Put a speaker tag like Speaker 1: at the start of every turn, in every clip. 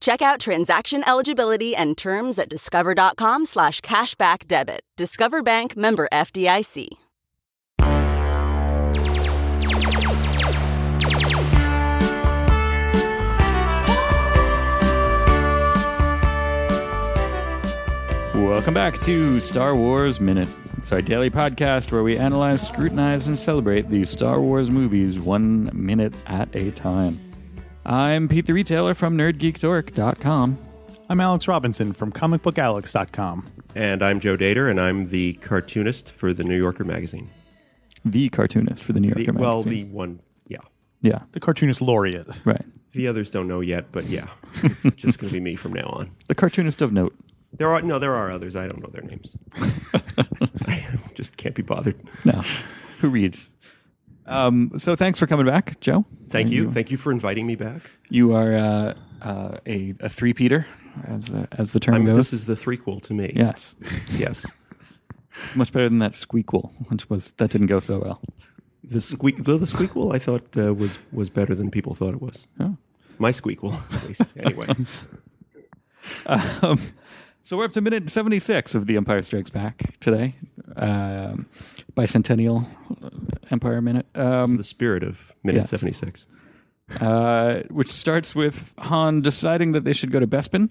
Speaker 1: Check out transaction eligibility and terms at discover.com slash cashback debit. Discover Bank member FDIC.
Speaker 2: Welcome back to Star Wars Minute. It's our daily podcast where we analyze, scrutinize, and celebrate the Star Wars movies one minute at a time. I'm Pete the Retailer from NerdGeekDork.com.
Speaker 3: I'm Alex Robinson from comicbookalex.com.
Speaker 4: And I'm Joe Dater, and I'm the cartoonist for the New Yorker magazine.
Speaker 2: The cartoonist for the New
Speaker 4: The,
Speaker 2: Yorker magazine.
Speaker 4: well, the one, yeah.
Speaker 2: yeah,
Speaker 3: The cartoonist laureate.
Speaker 2: right.
Speaker 4: The others don't know yet, but yeah, it's just going to be me from now on.
Speaker 2: The cartoonist of note.
Speaker 4: There are no, there are others. I don't know their names. I just can't be bothered.
Speaker 2: No, who reads? Um, so thanks for coming back, Joe.
Speaker 4: Thank you, thank you for inviting me back.
Speaker 2: You are uh, uh, a a three peater, as the, as the term
Speaker 4: I mean,
Speaker 2: goes.
Speaker 4: this is the threequel to me.
Speaker 2: yes,
Speaker 4: Yes.
Speaker 2: much better than that squeakquel, which was that didn't go so well.
Speaker 4: The squeak, the, the squeakquel, I thought uh, was was better than people thought it was.
Speaker 2: Oh.
Speaker 4: My squeakquel, at least. Anyway,
Speaker 2: Um, so we're up to minute 76 of The Empire Strikes Back today, um, bicentennial uh, Empire minute, um,
Speaker 4: the spirit of minute
Speaker 2: Yes.
Speaker 4: seventy six.
Speaker 2: uh, which starts with Han deciding that they should go to Bespin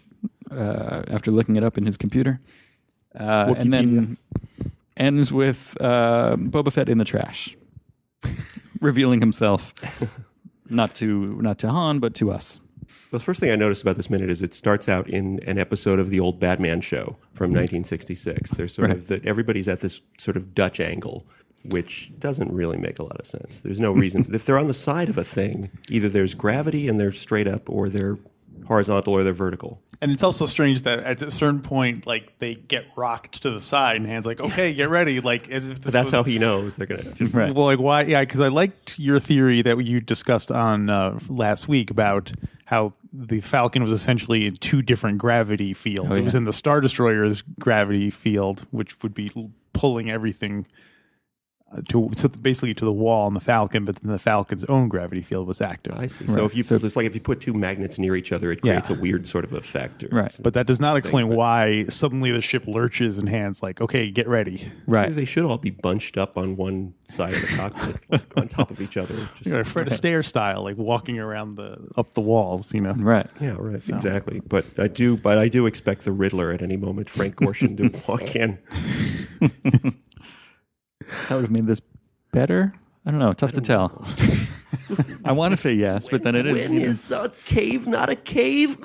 Speaker 2: uh, after looking it up in his computer, uh, and then ends with uh, Boba Fett in the trash, revealing himself not to not to Han but to us.
Speaker 4: The first thing I noticed about this minute is it starts out in an episode of the old Batman show from 1966. There's sort of that everybody's at this sort of Dutch angle, which doesn't really make a lot of sense. There's no reason if they're on the side of a thing, either there's gravity and they're straight up, or they're horizontal or they're vertical.
Speaker 5: And it's also strange that at a certain point, like they get rocked to the side, and Han's like, "Okay, get ready," like as if this
Speaker 4: That's
Speaker 5: was,
Speaker 4: how he knows they're gonna just
Speaker 2: Right.
Speaker 5: Well, like why? Yeah, because I liked your theory that you discussed on uh, last week about how the Falcon was essentially in two different gravity fields.
Speaker 2: Oh,
Speaker 5: It was
Speaker 2: yeah.
Speaker 5: in the Star Destroyer's gravity field, which would be l- pulling everything uh, to so basically to the wall on the Falcon, but then the Falcon's own gravity field was active.
Speaker 4: I see. So if you it's like if you put two magnets near each other, it
Speaker 5: Yeah.
Speaker 4: creates a weird sort of effect. Or
Speaker 2: Right.
Speaker 5: But that does not explain why suddenly the ship lurches and hands like, okay, get ready.
Speaker 2: Right.
Speaker 4: They should all be bunched up on one side of the cockpit, like on top of each other. Just,
Speaker 5: You know, Fred Astaire style, like walking around the up the walls, you know.
Speaker 2: Right.
Speaker 4: Yeah, right. Exactly. But I do but I do expect the Riddler at any moment, Frank Gorshin, to walk in.
Speaker 2: that would have made this better. I don't know. Tough to tell. I want to say yes, but then it is.
Speaker 4: When is a cave not a cave?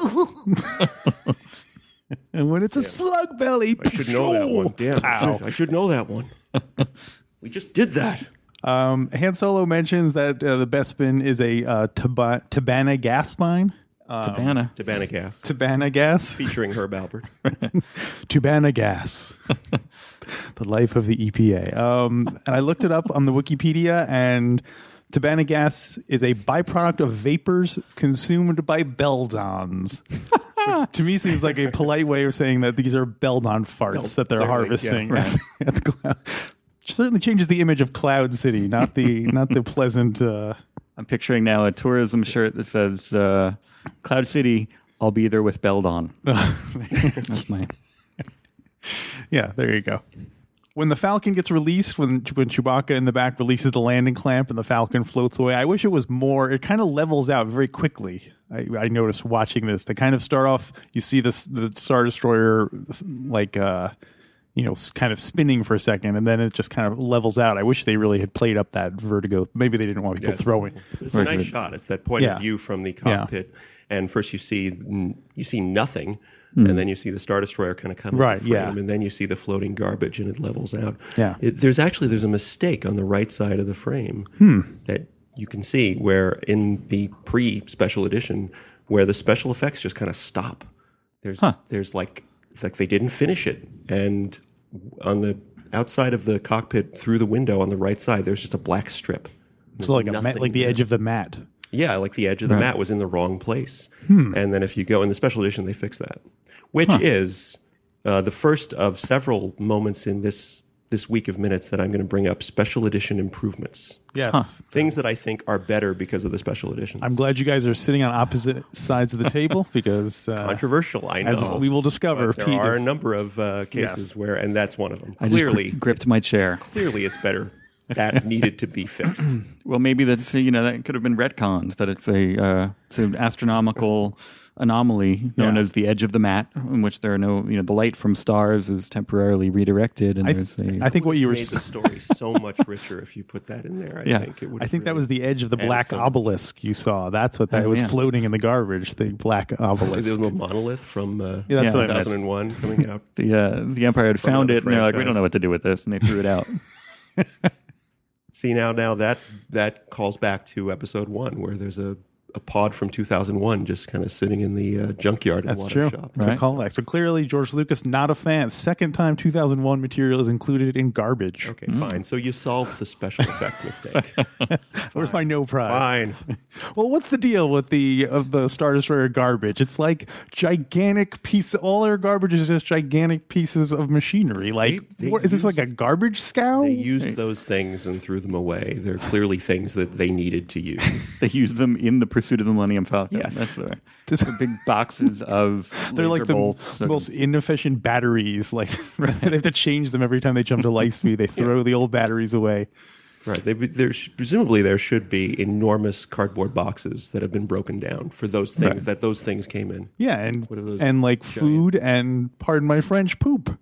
Speaker 5: And when it's a slug belly,
Speaker 4: I should know that one. Damn. I should, I should know that one. we just did that.
Speaker 5: Um, Han Solo mentions that uh, the Bespin is a uh, Taba- Tabana gas mine.
Speaker 2: Tabana.
Speaker 4: Tabana gas.
Speaker 5: Tabana gas.
Speaker 4: Featuring Herb Albert.
Speaker 5: Tabana gas. the life of the EPA. Um, and I looked it up on the Wikipedia, and Tabana gas is a byproduct of vapors consumed by beldons. Which to me seems like a polite way of saying that these are beldon farts that they're
Speaker 4: clearly, yeah.
Speaker 5: harvesting at the cloud. Certainly changes the image of Cloud City, not the not the pleasant. Uh,
Speaker 2: I'm picturing now a tourism shirt that says uh, "Cloud City." I'll be there with Beldon. That's my.
Speaker 5: Yeah, there you go. When the Falcon gets released, when when Chewbacca in the back releases the landing clamp and the Falcon floats away, I wish it was more. It kind of levels out very quickly. I, I noticed watching this. They kind of start off. You see this the Star Destroyer like uh, you know, s- kind of spinning for a second, and then it just kind of levels out. I wish they really had played up that vertigo. Maybe they didn't want people
Speaker 4: Yeah.
Speaker 5: throwing.
Speaker 4: It's a nice shot. It's that point
Speaker 5: Yeah.
Speaker 4: of view from the
Speaker 5: Yeah.
Speaker 4: cockpit, and first you see you see nothing, and then you see the star destroyer kind of come
Speaker 5: Hmm. Right,
Speaker 4: Into frame,
Speaker 5: yeah.
Speaker 4: And then you see the floating garbage, and it levels out.
Speaker 5: Yeah.
Speaker 4: It- there's actually there's a mistake on the right side of the frame
Speaker 5: Hmm.
Speaker 4: that you can see where in the pre special edition where the special effects just kind of stop. There's there's like it's like they didn't finish it, and on the outside of the cockpit through the window on the right side there's just a black strip.
Speaker 5: So like a mat,
Speaker 4: Nothing
Speaker 5: like the
Speaker 4: there.
Speaker 5: edge of the mat.
Speaker 4: Yeah, like the edge of the mat was in the wrong place.
Speaker 5: Hmm.
Speaker 4: And then if you go in the special edition, they fix that, which is uh, the first of several moments in this this week of minutes that I'm going to bring up special edition improvements.
Speaker 5: Yes.
Speaker 4: Things that I think are better because of the special editions.
Speaker 5: I'm glad you guys are sitting on opposite sides of the table because uh,
Speaker 4: Controversial, I know.
Speaker 5: as we will discover,
Speaker 4: But there
Speaker 5: Pete
Speaker 4: are
Speaker 5: is-
Speaker 4: a number of uh, cases
Speaker 5: Yes.
Speaker 4: where, and that's one of them.
Speaker 2: I just gri-
Speaker 4: Clearly,
Speaker 2: gripped my chair.
Speaker 4: clearly, it's better. That needed to be fixed.
Speaker 2: Well, maybe that's you know that could have been retconned that it's a uh, it's an astronomical anomaly known
Speaker 5: Yeah.
Speaker 2: as the edge of the mat, in which there are no you know the light from stars is temporarily redirected, and
Speaker 5: I,
Speaker 2: there's a
Speaker 5: I think what you were.
Speaker 4: made the
Speaker 5: s-
Speaker 4: story so much richer if you put that in there. I
Speaker 2: Yeah.
Speaker 4: think it would.
Speaker 5: I
Speaker 4: have
Speaker 5: think that
Speaker 4: really-
Speaker 5: was the edge of the
Speaker 4: And
Speaker 5: black
Speaker 4: some-
Speaker 5: obelisk you saw. That's what that
Speaker 2: Oh,
Speaker 5: was
Speaker 2: yeah.
Speaker 5: floating in the garbage. The black
Speaker 4: Like
Speaker 5: obelisk.
Speaker 4: the little monolith from uh,
Speaker 5: Yeah, that's
Speaker 2: Yeah.
Speaker 5: what I meant.
Speaker 4: 2001 coming out.
Speaker 2: the uh, the Empire had found
Speaker 4: another
Speaker 2: it, and they're like, we
Speaker 4: franchise.
Speaker 2: don't know what to do with this, and they threw it out.
Speaker 4: See now, now that that calls back to episode one, where there's a, a pod from 2001 just kind of sitting in the uh, junkyard. in
Speaker 5: That's true.
Speaker 4: Water Shop.
Speaker 5: It's
Speaker 2: Right.
Speaker 5: a callback. So clearly, George Lucas not a fan. Second time, 2001 material is included in garbage.
Speaker 4: Okay, fine. So you solved the special effect mistake.
Speaker 5: Where's my no prize?
Speaker 4: Fine.
Speaker 5: Well, what's the deal with the of the Star Destroyer garbage? It's like gigantic piece. All their garbage is just gigantic pieces of machinery. Like, what is
Speaker 4: they
Speaker 5: this
Speaker 4: use-
Speaker 5: like a garbage scow?
Speaker 4: They used those things and threw them away. They're clearly things that they needed to use.
Speaker 2: they used them in the pursuit of the Millennium Falcon.
Speaker 4: Yes.
Speaker 2: that's the,
Speaker 5: This-
Speaker 2: the big boxes of
Speaker 5: They're like the
Speaker 2: bolts and-
Speaker 5: most inefficient batteries. Like they have to change them every time they jump to light speed. They throw the old batteries away.
Speaker 4: right. They, there, sh- presumably there should be enormous cardboard boxes that have been broken down for those things that those things came in.
Speaker 5: Yeah, and
Speaker 4: What are those
Speaker 5: and like
Speaker 4: giant-
Speaker 5: food and pardon my French poop.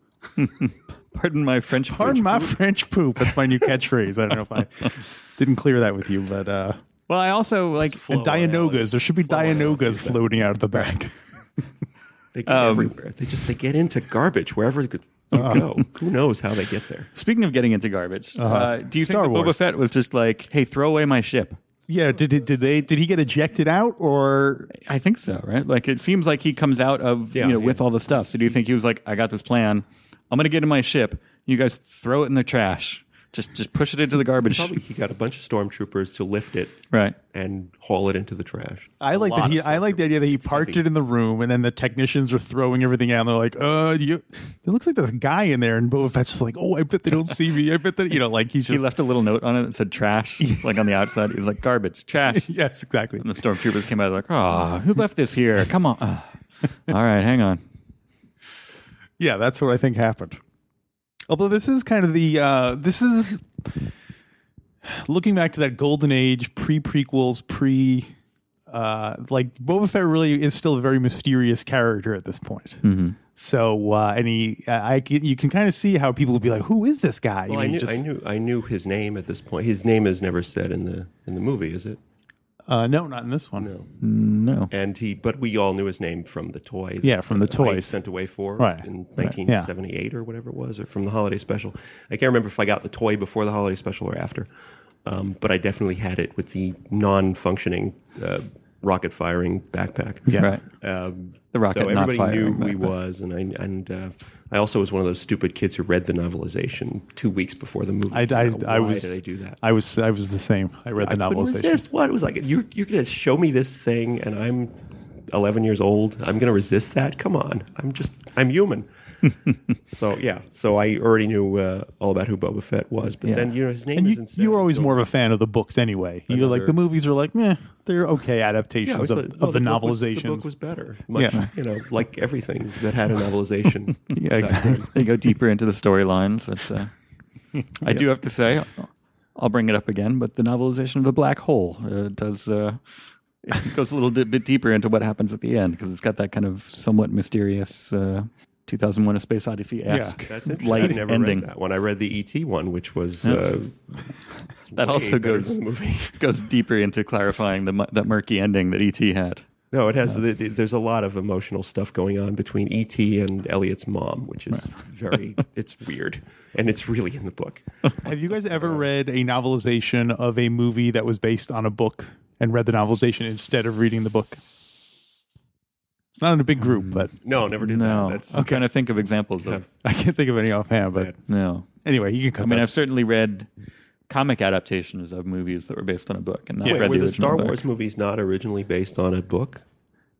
Speaker 2: pardon my French.
Speaker 5: Pardon
Speaker 2: bridge.
Speaker 5: my French poop. That's my new catchphrase. I don't know if I didn't clear that with you, but uh
Speaker 2: Well, I also like
Speaker 5: and Dianogas. There should be Dianogas floating out of the back.
Speaker 4: They go
Speaker 5: Um,
Speaker 4: everywhere. They just they get into garbage wherever you could- you go. Who knows how they get there?
Speaker 2: Speaking of getting into garbage, uh do you
Speaker 5: Uh-huh. Star
Speaker 2: think that
Speaker 5: Wars.
Speaker 2: Boba Fett was just like, "Hey, throw away my ship"?
Speaker 5: yeah, did he, did they did he get ejected out or
Speaker 2: I think so, right? Like it seems like he comes out of
Speaker 4: Yeah,
Speaker 2: you know
Speaker 4: yeah.
Speaker 2: with all the stuff. So do you think he was like, I got this plan. I'm gonna get in my ship. You guys throw it in the trash. Just just push it into the garbage.
Speaker 4: Probably he got a bunch of stormtroopers to lift it
Speaker 2: Right.
Speaker 4: and haul it into the trash.
Speaker 5: I like that
Speaker 4: lot
Speaker 5: he
Speaker 4: of
Speaker 5: I like the idea that he parked
Speaker 4: heavy.
Speaker 5: it in the room and then the technicians are throwing everything out and they're like, uh you it looks like there's a guy in there and Boba Fett's just like, Oh, I bet they don't see me. I bet that you know, like he's
Speaker 2: He
Speaker 5: just
Speaker 2: left a little note on it that said trash, like on the outside. He was like garbage, trash. And
Speaker 5: Yes, exactly.
Speaker 4: Mm-hmm.
Speaker 2: the stormtroopers came out like, oh, who left this here? Come on. Ah. All right, hang on.
Speaker 5: Yeah, that's what I think happened. Although this is kind of the uh, this is looking back to that golden age pre prequels pre uh, like Boba Fett really is still a very mysterious character at this point.
Speaker 4: Mm-hmm.
Speaker 5: So uh, and he uh, I can- you can kind of see how people will be like, who is this guy? you
Speaker 4: Well,
Speaker 5: know,
Speaker 4: I knew,
Speaker 5: you just-
Speaker 4: I knew I knew his name at this point. His name is never said in the in the movie, is it?
Speaker 5: Uh, no, not in this one.
Speaker 4: No.
Speaker 2: No.
Speaker 4: And he, but we all knew his name from the toy.
Speaker 5: Yeah, from the
Speaker 4: that Ike
Speaker 5: toy.
Speaker 4: sent away for
Speaker 5: Right.
Speaker 4: in
Speaker 5: Right. Yeah.
Speaker 4: 1978 or whatever it was, or from the holiday special. I can't remember if I got the toy before the holiday special or after, um, but I definitely had it with the non-functioning uh, rocket firing backpack.
Speaker 5: Yeah.
Speaker 2: Right.
Speaker 4: Um,
Speaker 2: The rocket
Speaker 4: so
Speaker 2: not
Speaker 4: everybody knew
Speaker 2: firing
Speaker 4: who he
Speaker 2: backpack.
Speaker 4: was, and I and uh, I also was one of those stupid kids who read the novelization two weeks before the movie.
Speaker 5: I,
Speaker 4: came
Speaker 5: I,
Speaker 4: out.
Speaker 5: I
Speaker 4: Why
Speaker 5: was
Speaker 4: did I do that?
Speaker 5: I was I was the same. I read the
Speaker 4: I couldn't
Speaker 5: novelization.
Speaker 4: resist. What it was like? You you're gonna show me this thing, and I'm 11 years old. I'm gonna resist that? Come on! I'm just I'm human. so yeah, so I already knew uh, all about who Boba Fett was, but
Speaker 2: Yeah.
Speaker 4: then you know his name
Speaker 5: And you,
Speaker 4: isn't. said
Speaker 5: you were always
Speaker 4: until-
Speaker 5: more of a fan of the books anyway. You were like
Speaker 4: Another-
Speaker 5: the movies were like, meh, they're okay
Speaker 4: Yeah, I
Speaker 5: adaptations
Speaker 4: was
Speaker 5: of,
Speaker 4: like,
Speaker 5: of
Speaker 4: well,
Speaker 5: the,
Speaker 4: book was-
Speaker 5: novelizations.
Speaker 4: the book was better. Much,
Speaker 5: Yeah.
Speaker 4: you know, like everything that had a novelization.
Speaker 5: yeah, exactly.
Speaker 2: They go deeper into the storylines. That's, Uh, I do have to say, I'll bring it up again, but the novelization of the black hole uh, does uh, it goes a little bit, bit deeper into what happens at the end because it's got that kind of somewhat mysterious uh, 2001: A Space Odyssey esque
Speaker 4: That's interesting.
Speaker 2: light
Speaker 4: I've never
Speaker 2: ending.
Speaker 4: read that one. I read the ET one, which was uh,
Speaker 2: That
Speaker 4: way
Speaker 2: also
Speaker 4: better
Speaker 2: goes
Speaker 4: than the movie.
Speaker 2: goes deeper into clarifying the mu- that murky ending that ET had.
Speaker 4: No, it has. the, there's a lot of emotional stuff going on between ET and Elliot's mom, which is very. it's weird, and it's really in the book.
Speaker 5: Have you guys ever read a novelization of a movie that was based on a book and read the novelization instead of reading the book? It's not in a big
Speaker 4: Hmm.
Speaker 5: group, but
Speaker 4: No, never did
Speaker 2: No,
Speaker 4: that. That's
Speaker 2: I'm trying to think of examples of
Speaker 5: I can't think of any offhand. But
Speaker 2: no.
Speaker 5: anyway, you can
Speaker 2: I
Speaker 5: come.
Speaker 2: mean, I've certainly read comic adaptations of movies that were based on a book, and not
Speaker 4: Wait,
Speaker 2: read
Speaker 4: were
Speaker 2: the
Speaker 4: the,
Speaker 2: original
Speaker 4: Star
Speaker 2: book.
Speaker 4: Wars movies not originally based on a book?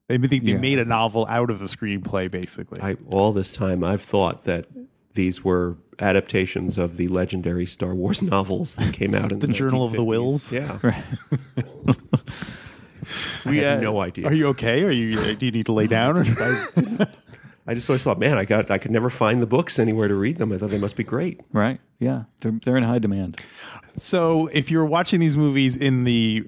Speaker 5: they, they, they
Speaker 2: Yeah.
Speaker 5: made a novel out of the screenplay, basically.
Speaker 4: I all this time I've thought that these were adaptations of the legendary Star Wars novels that came out in the,
Speaker 5: The Journal of the
Speaker 4: 1950s.
Speaker 5: Wills?
Speaker 4: Yeah,
Speaker 2: We,
Speaker 4: I
Speaker 2: uh,
Speaker 4: had no idea.
Speaker 5: Are you okay? Are you? Do you need to lay down? Or?
Speaker 4: I just always thought, man, I got I could never find the books anywhere to read them. I thought they must be great.
Speaker 2: Right? Yeah, they're they're in high demand.
Speaker 5: so, if you're watching these movies in the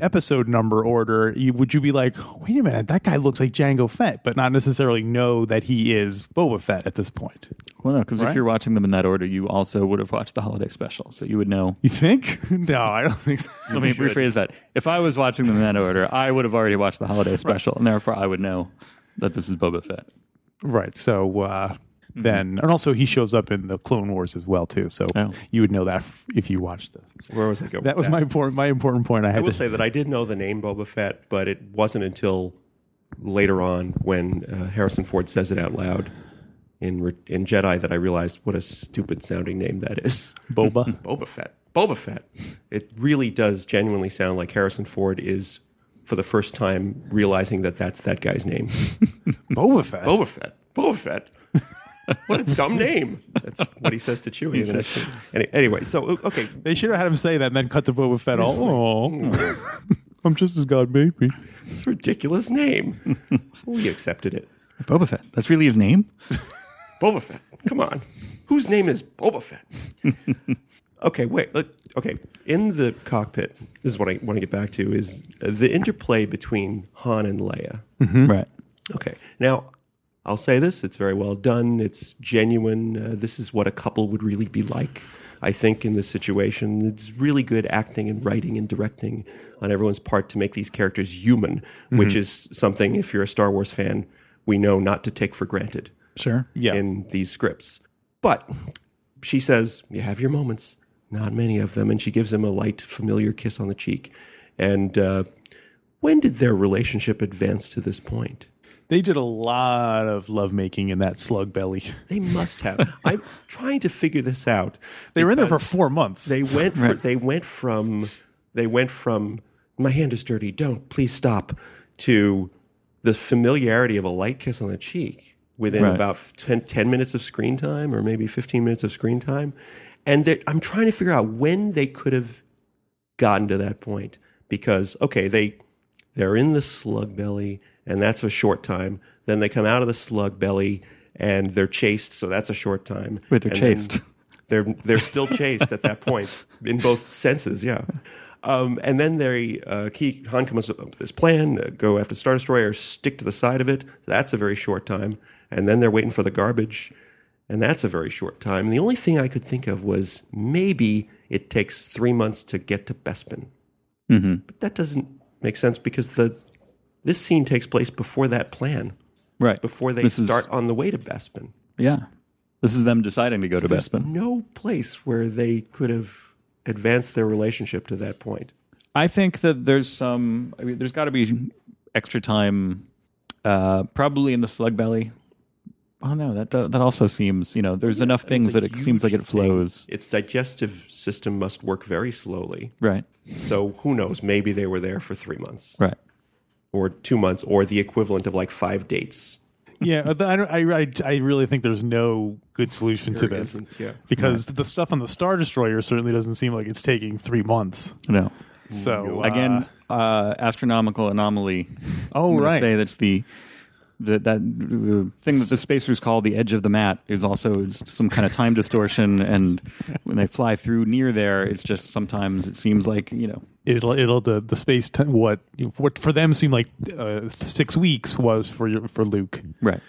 Speaker 5: episode number order, you, would you be like, "Wait a minute, that guy looks like Django Fett," but not necessarily know that he is Boba Fett at this point?
Speaker 2: Well, no, because
Speaker 5: Right.
Speaker 2: if you're watching them in that order, you also would have watched the holiday special, so you would know.
Speaker 5: You think? no, I don't think so.
Speaker 2: Let me rephrase that. If I was watching them in that order, I would have already watched the holiday special, and therefore I would know that this is Boba Fett.
Speaker 5: Right. So uh,
Speaker 2: Mm-hmm.
Speaker 5: then, and also he shows up in the Clone Wars as well too. So
Speaker 2: Oh.
Speaker 5: you would know that f- if you watched this.
Speaker 4: Where was I going?
Speaker 5: That was my important my important point. I
Speaker 4: I
Speaker 5: had
Speaker 4: will
Speaker 5: to
Speaker 4: say that I did know the name Boba Fett, but it wasn't until later on when uh, Harrison Ford says it out loud in Re- in Jedi that I realized what a stupid sounding name that is.
Speaker 5: Boba.
Speaker 4: Boba Fett. Boba Fett. It really does genuinely sound like Harrison Ford is for the first time realizing that that's that guy's name.
Speaker 5: Boba Fett.
Speaker 4: Boba Fett. Boba Fett. what a dumb name. That's what he says to Chewie. in the next scene. Any- anyway, so o- okay,
Speaker 5: They should have had him say that and then cut to Boba Fett. All. Oh, I'm just as God made me.
Speaker 4: it's a ridiculous name. we accepted it.
Speaker 2: Boba Fett. That's really his name.
Speaker 4: Boba Fett. Come on. Whose name is Boba Fett? okay, wait. Look, okay, in the cockpit, this is what I want to get back to is uh, the interplay between Han and Leia.
Speaker 2: Right.
Speaker 4: Okay. Now, I'll say this it's very well done. It's genuine. Uh, this is what a couple would really be like, I think, in this situation. It's really good acting and writing and directing on everyone's part to make these characters human, which is something, if you're a Star Wars fan, we know not to take for granted
Speaker 2: Sure.
Speaker 5: Yeah.
Speaker 4: in these scripts. But she says, You have your moments, not many of them. And she gives him a light, familiar kiss on the cheek. And uh, when did their relationship advance to this point?
Speaker 5: They did a lot of lovemaking in that slug belly.
Speaker 4: They must have. I'm trying to figure this out.
Speaker 5: They were in there for four months.
Speaker 4: They went. fr- they went from. They went from. My hand is dirty. Don't please stop. To the familiarity of a light kiss on the cheek within
Speaker 2: Right.
Speaker 4: about 10, 10 minutes of screen time, or maybe fifteen minutes of screen time, and that- I'm trying to figure out when they could have gotten to that point because okay, they they're in the slug belly and that's a short time. Then they come out of the slug belly and they're chased, so that's a short time.
Speaker 2: Wait, they're
Speaker 4: And then
Speaker 2: chased.
Speaker 4: They're they're still chased at that point in both senses, yeah. Um, and then they uh, Key Han comes up with this plan: uh, go after Star Destroyer, stick to the side of it. That's a very short time. And then they're waiting for the garbage, and that's a very short time. The only thing I could think of was maybe it takes three months to get to Bespin
Speaker 2: Mm-hmm.
Speaker 4: that doesn't make sense because the this scene takes place before that plan,
Speaker 2: Right.
Speaker 4: before they
Speaker 2: This is-
Speaker 4: start on the way to Bespin.
Speaker 2: Yeah. This is them deciding to go to Bespin.
Speaker 4: No place where they could have advanced their relationship to that point.
Speaker 2: I think that there's some. I mean, there's got to be extra time, uh, probably in the slug belly. Oh no, that do- that also seems. You know, there's enough things
Speaker 4: It's a
Speaker 2: that it seems like
Speaker 4: huge
Speaker 2: it flows.
Speaker 4: thing. Its digestive system must work very slowly.
Speaker 2: Right.
Speaker 4: So who knows? Maybe they were there for three months
Speaker 2: Right.
Speaker 4: or two months or the equivalent of like five dates.
Speaker 5: yeah, but I, don't- I, I, I really think there's no good solution to
Speaker 4: There
Speaker 5: this
Speaker 4: isn't, yeah.
Speaker 5: because the stuff on the Star Destroyer certainly doesn't seem like it's taking three months.
Speaker 2: No.
Speaker 5: So uh,
Speaker 2: Again, uh, astronomical anomaly.
Speaker 5: Oh,
Speaker 2: I'm gonna
Speaker 5: right.
Speaker 2: Say that's the. The, that uh, thing that the spacers call the edge of the mat is also some kind of time distortion, and when they fly through near there, it's just sometimes it seems like you know
Speaker 5: it'll it'll the the space t- what what for them seemed like uh, six weeks was for your, for Luke
Speaker 2: right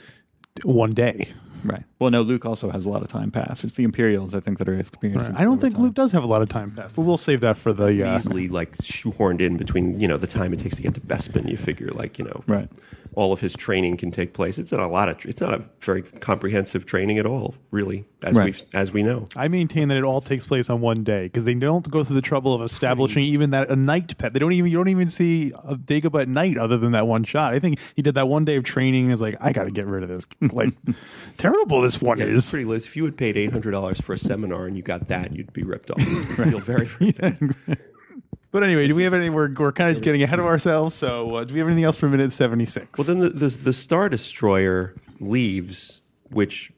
Speaker 5: one day.
Speaker 2: Right. Well, no, Luke also has a lot of time pass. It's the Imperials, I think, that are experiencing.
Speaker 5: I don't think
Speaker 2: slower
Speaker 5: Luke does have a lot of time passed, but we'll save that for the. Uh,
Speaker 4: easily like shoehorned in between you know the time it takes to get to Bespin. You figure like you know
Speaker 2: Right.
Speaker 4: all of his training can take place. It's not a lot of tr- it's not a very comprehensive training at all, really, as
Speaker 2: Right.
Speaker 4: we have as we know.
Speaker 5: I maintain that it all takes place on one day because they don't go through the trouble of establishing even that a night pet. They don't even you don't even see a Dagobah at night other than that one shot. I think he did that one day of training. and Is like I got to get rid of this. Like terrible this one
Speaker 4: Yeah, it's
Speaker 5: is.
Speaker 4: pretty loose. If you had paid eight hundred dollars for a seminar and you got that, you'd be ripped off. You'd feel very very bad.
Speaker 5: But anyway, do we have any? We're, we're kind of getting ahead of ourselves. So uh, do we have anything else for minute seventy six?
Speaker 4: Well, then the, the the Star Destroyer leaves, which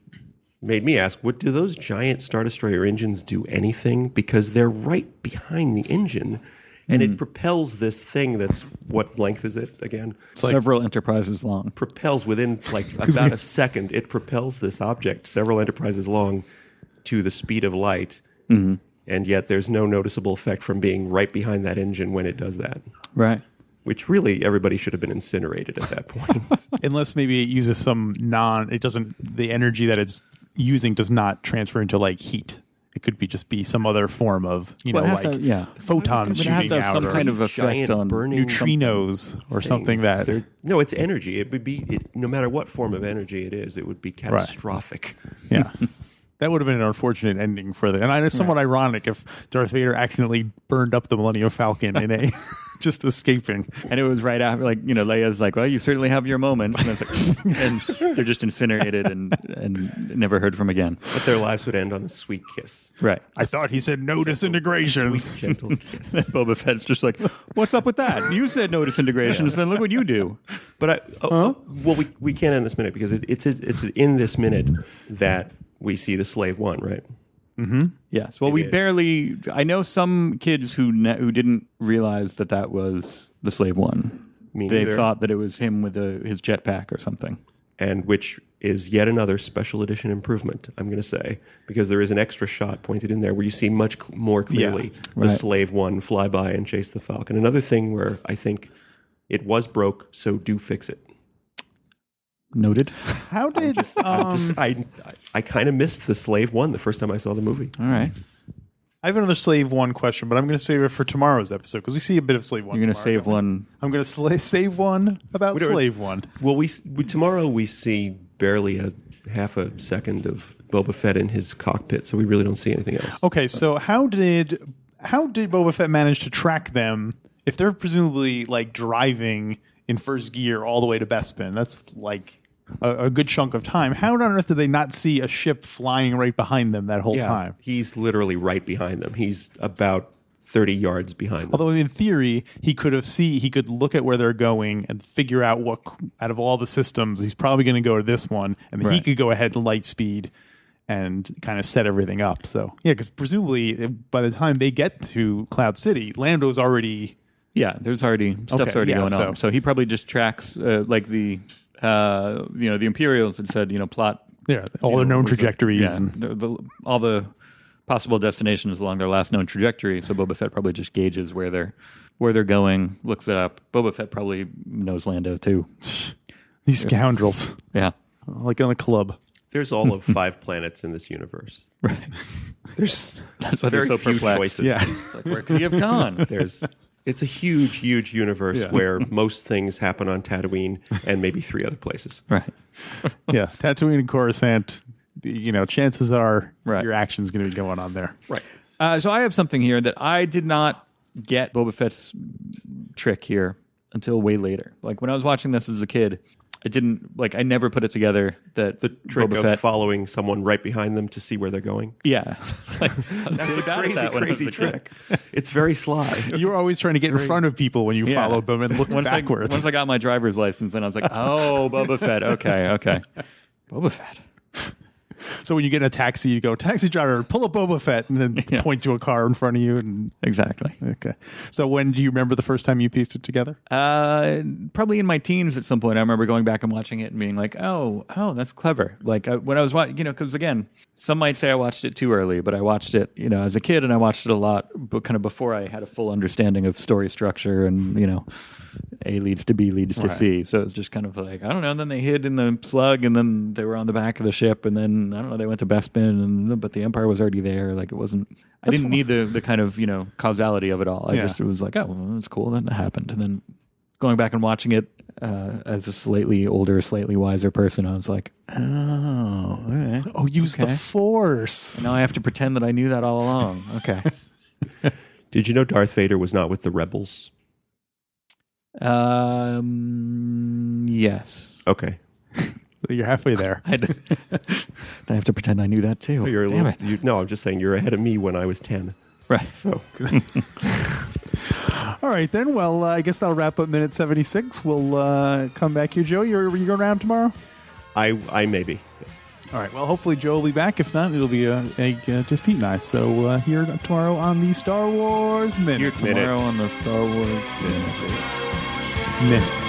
Speaker 4: made me ask, what do those giant Star Destroyer engines do anything? Because they're right behind the engine, and it propels this thing that's what length is it again?
Speaker 2: time. several enterprises long.
Speaker 4: propels within like about a second. It propels this object several enterprises long to the speed of light,
Speaker 5: Mm-hmm.
Speaker 4: and yet there's no noticeable effect from being right behind that engine when it does that.
Speaker 2: Right.
Speaker 4: Which really everybody should have been incinerated at that point.
Speaker 5: unless maybe it uses some non it doesn't the energy that it's using does not transfer into like heat it could be just be some other form of you
Speaker 2: Well, it
Speaker 5: know
Speaker 2: has
Speaker 5: like
Speaker 2: to- yeah.
Speaker 5: photons
Speaker 2: It would have
Speaker 5: shooting
Speaker 2: to have
Speaker 5: out
Speaker 2: some
Speaker 5: or
Speaker 2: kind of effect
Speaker 4: Giant
Speaker 2: on
Speaker 4: burning
Speaker 5: neutrinos or something that
Speaker 4: They're- no, it's energy. It would be it, no matter what form of energy it is, it would be catastrophic.
Speaker 5: yeah that would have been an unfortunate ending for the and I- it's somewhat ironic if Darth Vader accidentally burned up the Millennium Falcon in a just escaping
Speaker 2: And it was right after, like you know, Leia's like, "Well, you certainly have your moments," and, it's like, and they're just incinerated and and never heard from again.
Speaker 4: But their lives would end on a sweet kiss,
Speaker 2: Right.
Speaker 5: I thought he said no disintegrations
Speaker 4: gentle kiss.
Speaker 2: Boba Fett's just like, "What's up with that? You said no disintegrations, then look what you do."
Speaker 4: But I, oh, oh, well, we, we can't end this minute because it, it's it's in this minute that we see the slave one, right?
Speaker 2: Yes. Well, we
Speaker 4: is.
Speaker 2: barely. I know some kids who ne- who didn't realize that that was the slave one.
Speaker 4: Me
Speaker 2: they
Speaker 4: neither.
Speaker 2: thought that it was him with a, his jetpack or something.
Speaker 4: And which is yet another special edition improvement. I'm going to say because there is an extra shot pointed in there where you see much cl- more clearly the
Speaker 2: Right.
Speaker 4: slave one fly by and chase the falcon. Another thing where I think it was broke, so do fix it.
Speaker 2: Noted.
Speaker 5: how did
Speaker 4: I
Speaker 2: Um,
Speaker 4: just- I I, I kind of missed the slave one the first time I saw the movie.
Speaker 2: All right.
Speaker 5: I have another slave one question, but I'm going to save it for tomorrow's episode because we see a bit of slave one.
Speaker 2: You're gonna
Speaker 5: tomorrow,
Speaker 2: save
Speaker 5: don't we?
Speaker 2: one.
Speaker 5: I'm going to sla- save one about
Speaker 4: We don't-
Speaker 5: slave one.
Speaker 4: Well, we, we tomorrow we see barely a half a second of Boba Fett in his cockpit, so we really don't see anything else.
Speaker 5: Okay, so how did how did Boba Fett manage to track them if they're presumably like driving in first gear all the way to Bespin? That's like a, a good chunk of time. How on earth did they not see a ship flying right behind them that whole time?
Speaker 4: he's literally right behind them. He's about thirty yards behind them.
Speaker 5: Although in theory he could have see he could look at where they're going and figure out what out of all the systems he's probably going to go to this one, and then he
Speaker 2: Right.
Speaker 5: could go ahead and light speed and kind of set everything up. So yeah, because presumably eh, by the time they get to Cloud City, Lando's already
Speaker 2: Yeah, there's already stuff's
Speaker 5: Okay,
Speaker 2: already
Speaker 5: yeah,
Speaker 2: going on.
Speaker 5: so-
Speaker 2: So he probably just tracks uh, like the uh, you know the Imperials had said you know plot
Speaker 5: yeah all the
Speaker 2: know,
Speaker 5: known
Speaker 2: was the-
Speaker 5: trajectories.
Speaker 2: yeah, the, the, all the possible destinations along their last known trajectory. So Boba Fett probably just gauges where they're where they're going, looks it up. Boba Fett probably knows Lando too.
Speaker 5: These scoundrels,
Speaker 2: Yeah,
Speaker 5: like on a club.
Speaker 4: There's all of five planets in this universe. Right. There's
Speaker 2: that's why
Speaker 4: very
Speaker 2: they're so
Speaker 4: few
Speaker 2: perplexed.
Speaker 4: choices.
Speaker 5: Yeah,
Speaker 2: Like, where could he have gone?
Speaker 4: There's it's a huge, huge universe where most things happen on Tatooine and maybe three other places.
Speaker 2: right.
Speaker 5: yeah. Tatooine and Coruscant. You know, chances are
Speaker 2: Right.
Speaker 5: your action's going to be going on there.
Speaker 4: Right.
Speaker 2: Uh, so I have something here that I did not get Boba Fett's trick here until way later. Like when I was watching this as a kid, I didn't like I never put it together that
Speaker 4: The trick
Speaker 2: Boba
Speaker 4: of
Speaker 2: Fett.
Speaker 4: following someone right behind them to see where they're going.
Speaker 2: yeah, like, I was really bad at
Speaker 4: Crazy,
Speaker 2: that when I was
Speaker 4: crazy
Speaker 2: a kid.
Speaker 4: trick. It's very sly.
Speaker 5: You were always trying to get in front of people when you
Speaker 2: Yeah.
Speaker 5: followed them and look
Speaker 2: once I,
Speaker 5: backwards.
Speaker 2: once I got my driver's license, then I was like, oh, Boba Fett. Okay, okay. Boba Fett.
Speaker 5: So when you get in a taxi, you go taxi driver, pull a Boba Fett, and then
Speaker 2: Yeah.
Speaker 5: point to a car in front of you. And
Speaker 2: Exactly.
Speaker 5: okay, so when do you remember the first time you pieced it together?
Speaker 2: Uh, probably in my teens at some point, I remember going back and watching it and being like, oh, oh, that's clever. Like I, when I was watching, you know, because again, Some might say I watched it too early, but I watched it, you know, as a kid, and I watched it a lot, but kind of before I had a full understanding of story structure and you know, A leads to B leads to C. So it was just kind of like I don't know. And then they hid in the slug, and then they were on the back of the ship, and then I don't know. They went to Bespin, and but the Empire was already there. Like it wasn't. I didn't need the the kind of you know causality of it all. I
Speaker 5: Yeah.
Speaker 2: just was like, oh, well, it's cool. Then it happened, and then going back and watching it uh, as a slightly older, slightly wiser person, I was like, oh, all right.
Speaker 5: Oh, use the force.
Speaker 2: Now I have to pretend that I knew that all along. Okay.
Speaker 4: Did you know Darth Vader was not with the rebels?
Speaker 2: um, yes.
Speaker 4: Okay.
Speaker 5: You're halfway there.
Speaker 2: I d- I have to pretend I knew that too.
Speaker 4: You're a
Speaker 2: Damn
Speaker 4: little,
Speaker 2: it.
Speaker 4: you, no, I'm just saying you're ahead of me when I was 10.
Speaker 2: Right.
Speaker 4: So
Speaker 5: All right, then. Well, uh, I guess that'll wrap up minute 76. We'll uh, come back here. Joe, you're, you going around tomorrow?
Speaker 4: I, I maybe.
Speaker 5: All right. Well, hopefully Joe will be back. If not, it'll be uh, a, uh, just Pete and I. So uh, here tomorrow on the Star Wars Minute.
Speaker 2: Here tomorrow on the Star Wars.
Speaker 5: Minute.